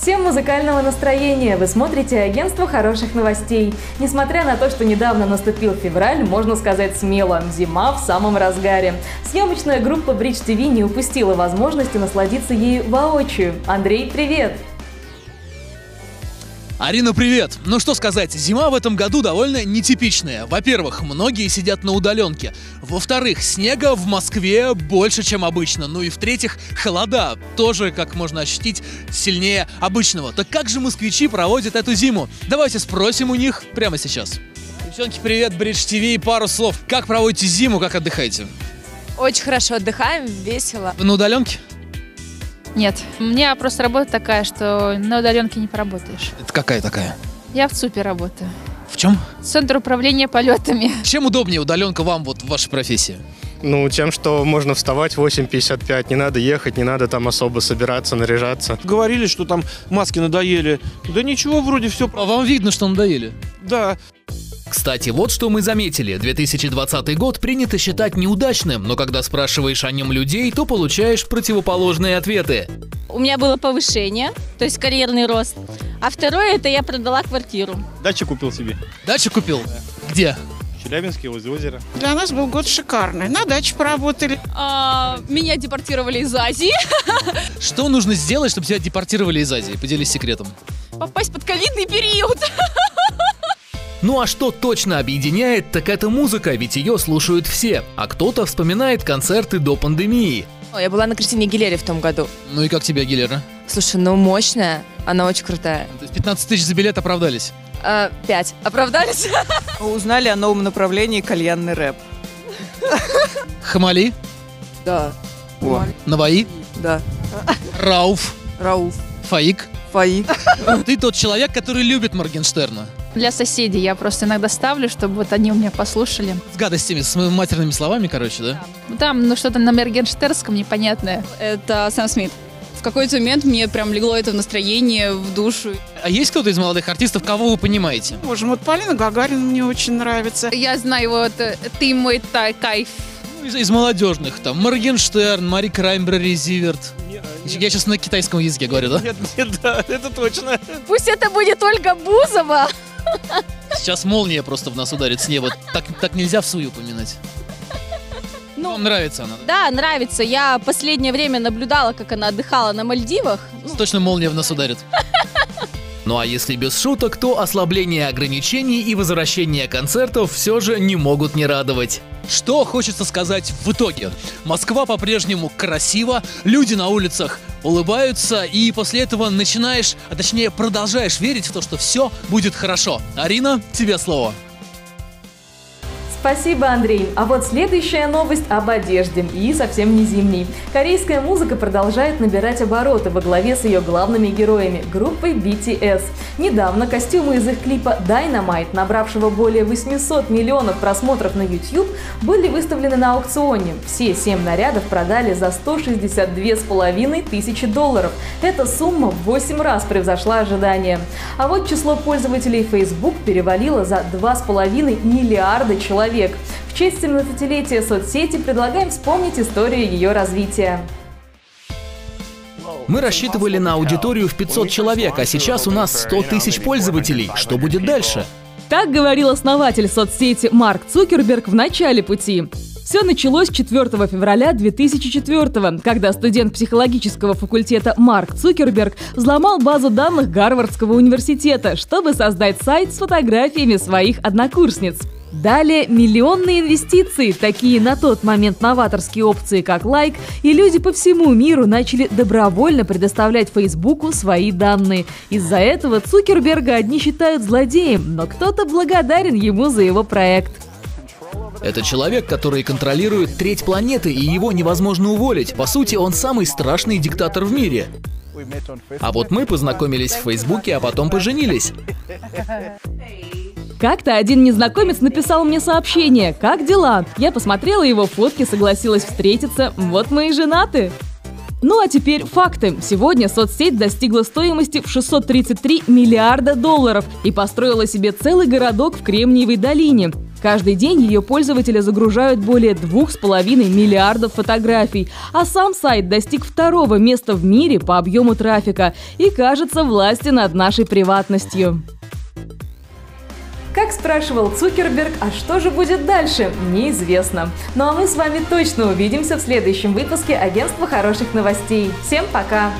Всем музыкального настроения! Вы смотрите «Агентство хороших новостей». Несмотря на то, что недавно наступил февраль, можно сказать смело – зима в самом разгаре. Съемочная группа Bridge TV не упустила возможности насладиться ею воочию. Андрей, привет! Арина, привет! Ну что сказать, зима в этом году довольно нетипичная. Во-первых, многие сидят на удаленке. Во-вторых, снега в Москве больше, чем обычно. Ну и в-третьих, холода тоже, как можно ощутить, сильнее обычного. Так как же москвичи проводят эту зиму? Давайте спросим у них прямо сейчас. Девчонки, привет, Бридж ТВ. Пару слов. Как проводите зиму, как отдыхаете? Очень хорошо отдыхаем, весело. Вы на удаленке? Нет, у меня просто работа такая, что на удаленке не поработаешь. Это какая такая? Я в ЦУПе работаю. В чем? Центр управления полетами. Чем удобнее удаленка вам вот в вашей профессии? Ну, тем, что можно вставать в 8.55, не надо ехать, не надо там особо собираться, наряжаться. Говорили, что там маски надоели. Да ничего, вроде все... А Вам видно, что надоели. Да, Кстати, вот что мы заметили. 2020 год принято считать неудачным, но когда спрашиваешь о нем людей, то получаешь противоположные ответы. У меня было повышение, то есть карьерный рост. А второе, это я продала квартиру. Дачу купил себе. Дачу купил? Где? В Челябинске, возле озера. Для нас был год шикарный. На даче поработали. А, меня депортировали из Азии. Что нужно сделать, чтобы тебя депортировали из Азии? Поделись секретом. Попасть под ковидный период. Ну а что точно объединяет, так это музыка, ведь ее слушают все. А кто-то вспоминает концерты до пандемии. Я была на Кристине Гилере в том году. Ну и как тебе, Гиллера? Слушай, ну мощная. Она очень крутая. То есть 15 тысяч за билет оправдались. А, Пять. Оправдались? Узнали о новом направлении кальянный рэп. Хамали, Да, Наваи, да. Рауф, Рауф, Фаик. Фаи. Ты тот человек, который любит Моргенштерна. Для соседей я просто иногда ставлю, чтобы вот они у меня послушали. С гадостями, с моими матерными словами, короче, да? Ну, Там, ну что-то на Мергенштерском непонятное. Это Сэм Смит. В какой-то момент мне прям легло это в настроение, в душу. А есть кто-то из молодых артистов, кого вы понимаете? Боже, мой, вот Полина Гагарина мне очень нравится. Я знаю вот э, «Ты мой кайф». Ну, Из, из молодежных, там, Моргенштерн, Мари Краймбрер, Зиверт. Я сейчас на китайском языке говорю, да? нет, нет, да, это точно. Пусть это будет Ольга Бузова. Сейчас молния просто в нас ударит с неба. Так, так нельзя в сую упоминать. Ну, Вам нравится она, да? Да, нравится. Я последнее время наблюдала, как она отдыхала на Мальдивах. Точно молния в нас ударит. Ну а если без шуток, то ослабление ограничений и возвращение концертов все же не могут не радовать. Что хочется сказать в итоге? Москва по-прежнему красива, люди на улицах улыбаются, и после этого начинаешь, а точнее продолжаешь верить в то, что все будет хорошо. Арина, тебе слово. Спасибо, Андрей. А вот следующая новость об одежде и совсем не зимней. Корейская музыка продолжает набирать обороты во главе с ее главными героями – группой BTS. Недавно костюмы из их клипа Dynamite, набравшего более 800 миллионов просмотров на YouTube, были выставлены на аукционе. Все семь нарядов продали за 162,5 тысячи долларов. Эта сумма в 8 раз превзошла ожидания. А вот число пользователей Facebook перевалило за 2,5 миллиарда человек. В честь 17-летия соцсети предлагаем вспомнить историю ее развития. Мы рассчитывали на аудиторию в 500 человек, а сейчас у нас 100 тысяч пользователей. Что будет дальше? Так говорил основатель соцсети Марк Цукерберг в начале пути. Все началось 4 февраля 2004 когда студент психологического факультета Марк Цукерберг взломал базу данных Гарвардского университета, чтобы создать сайт с фотографиями своих однокурсниц. Далее миллионные инвестиции, такие на тот момент новаторские опции, как лайк, и люди по всему миру начали добровольно предоставлять Фейсбуку свои данные. Из-за этого Цукерберга одни считают злодеем, но кто-то благодарен ему за его проект. Это человек, который контролирует треть планеты, и его невозможно уволить. По сути, он самый страшный диктатор в мире. А вот мы познакомились в Фейсбуке, а потом поженились. Как-то один незнакомец написал мне сообщение «Как дела?». Я посмотрела его фотки, согласилась встретиться. Вот мы и женаты. Ну а теперь факты. Сегодня соцсеть достигла стоимости в 633 миллиарда долларов и построила себе целый городок в Кремниевой долине. Каждый день ее пользователи загружают более 2,5 миллиардов фотографий, а сам сайт достиг второго места в мире по объему трафика и, кажется, власти над нашей приватностью. Как спрашивал Цукерберг, а что же будет дальше, неизвестно. Ну а мы с вами точно увидимся в следующем выпуске агентства хороших новостей. Всем пока!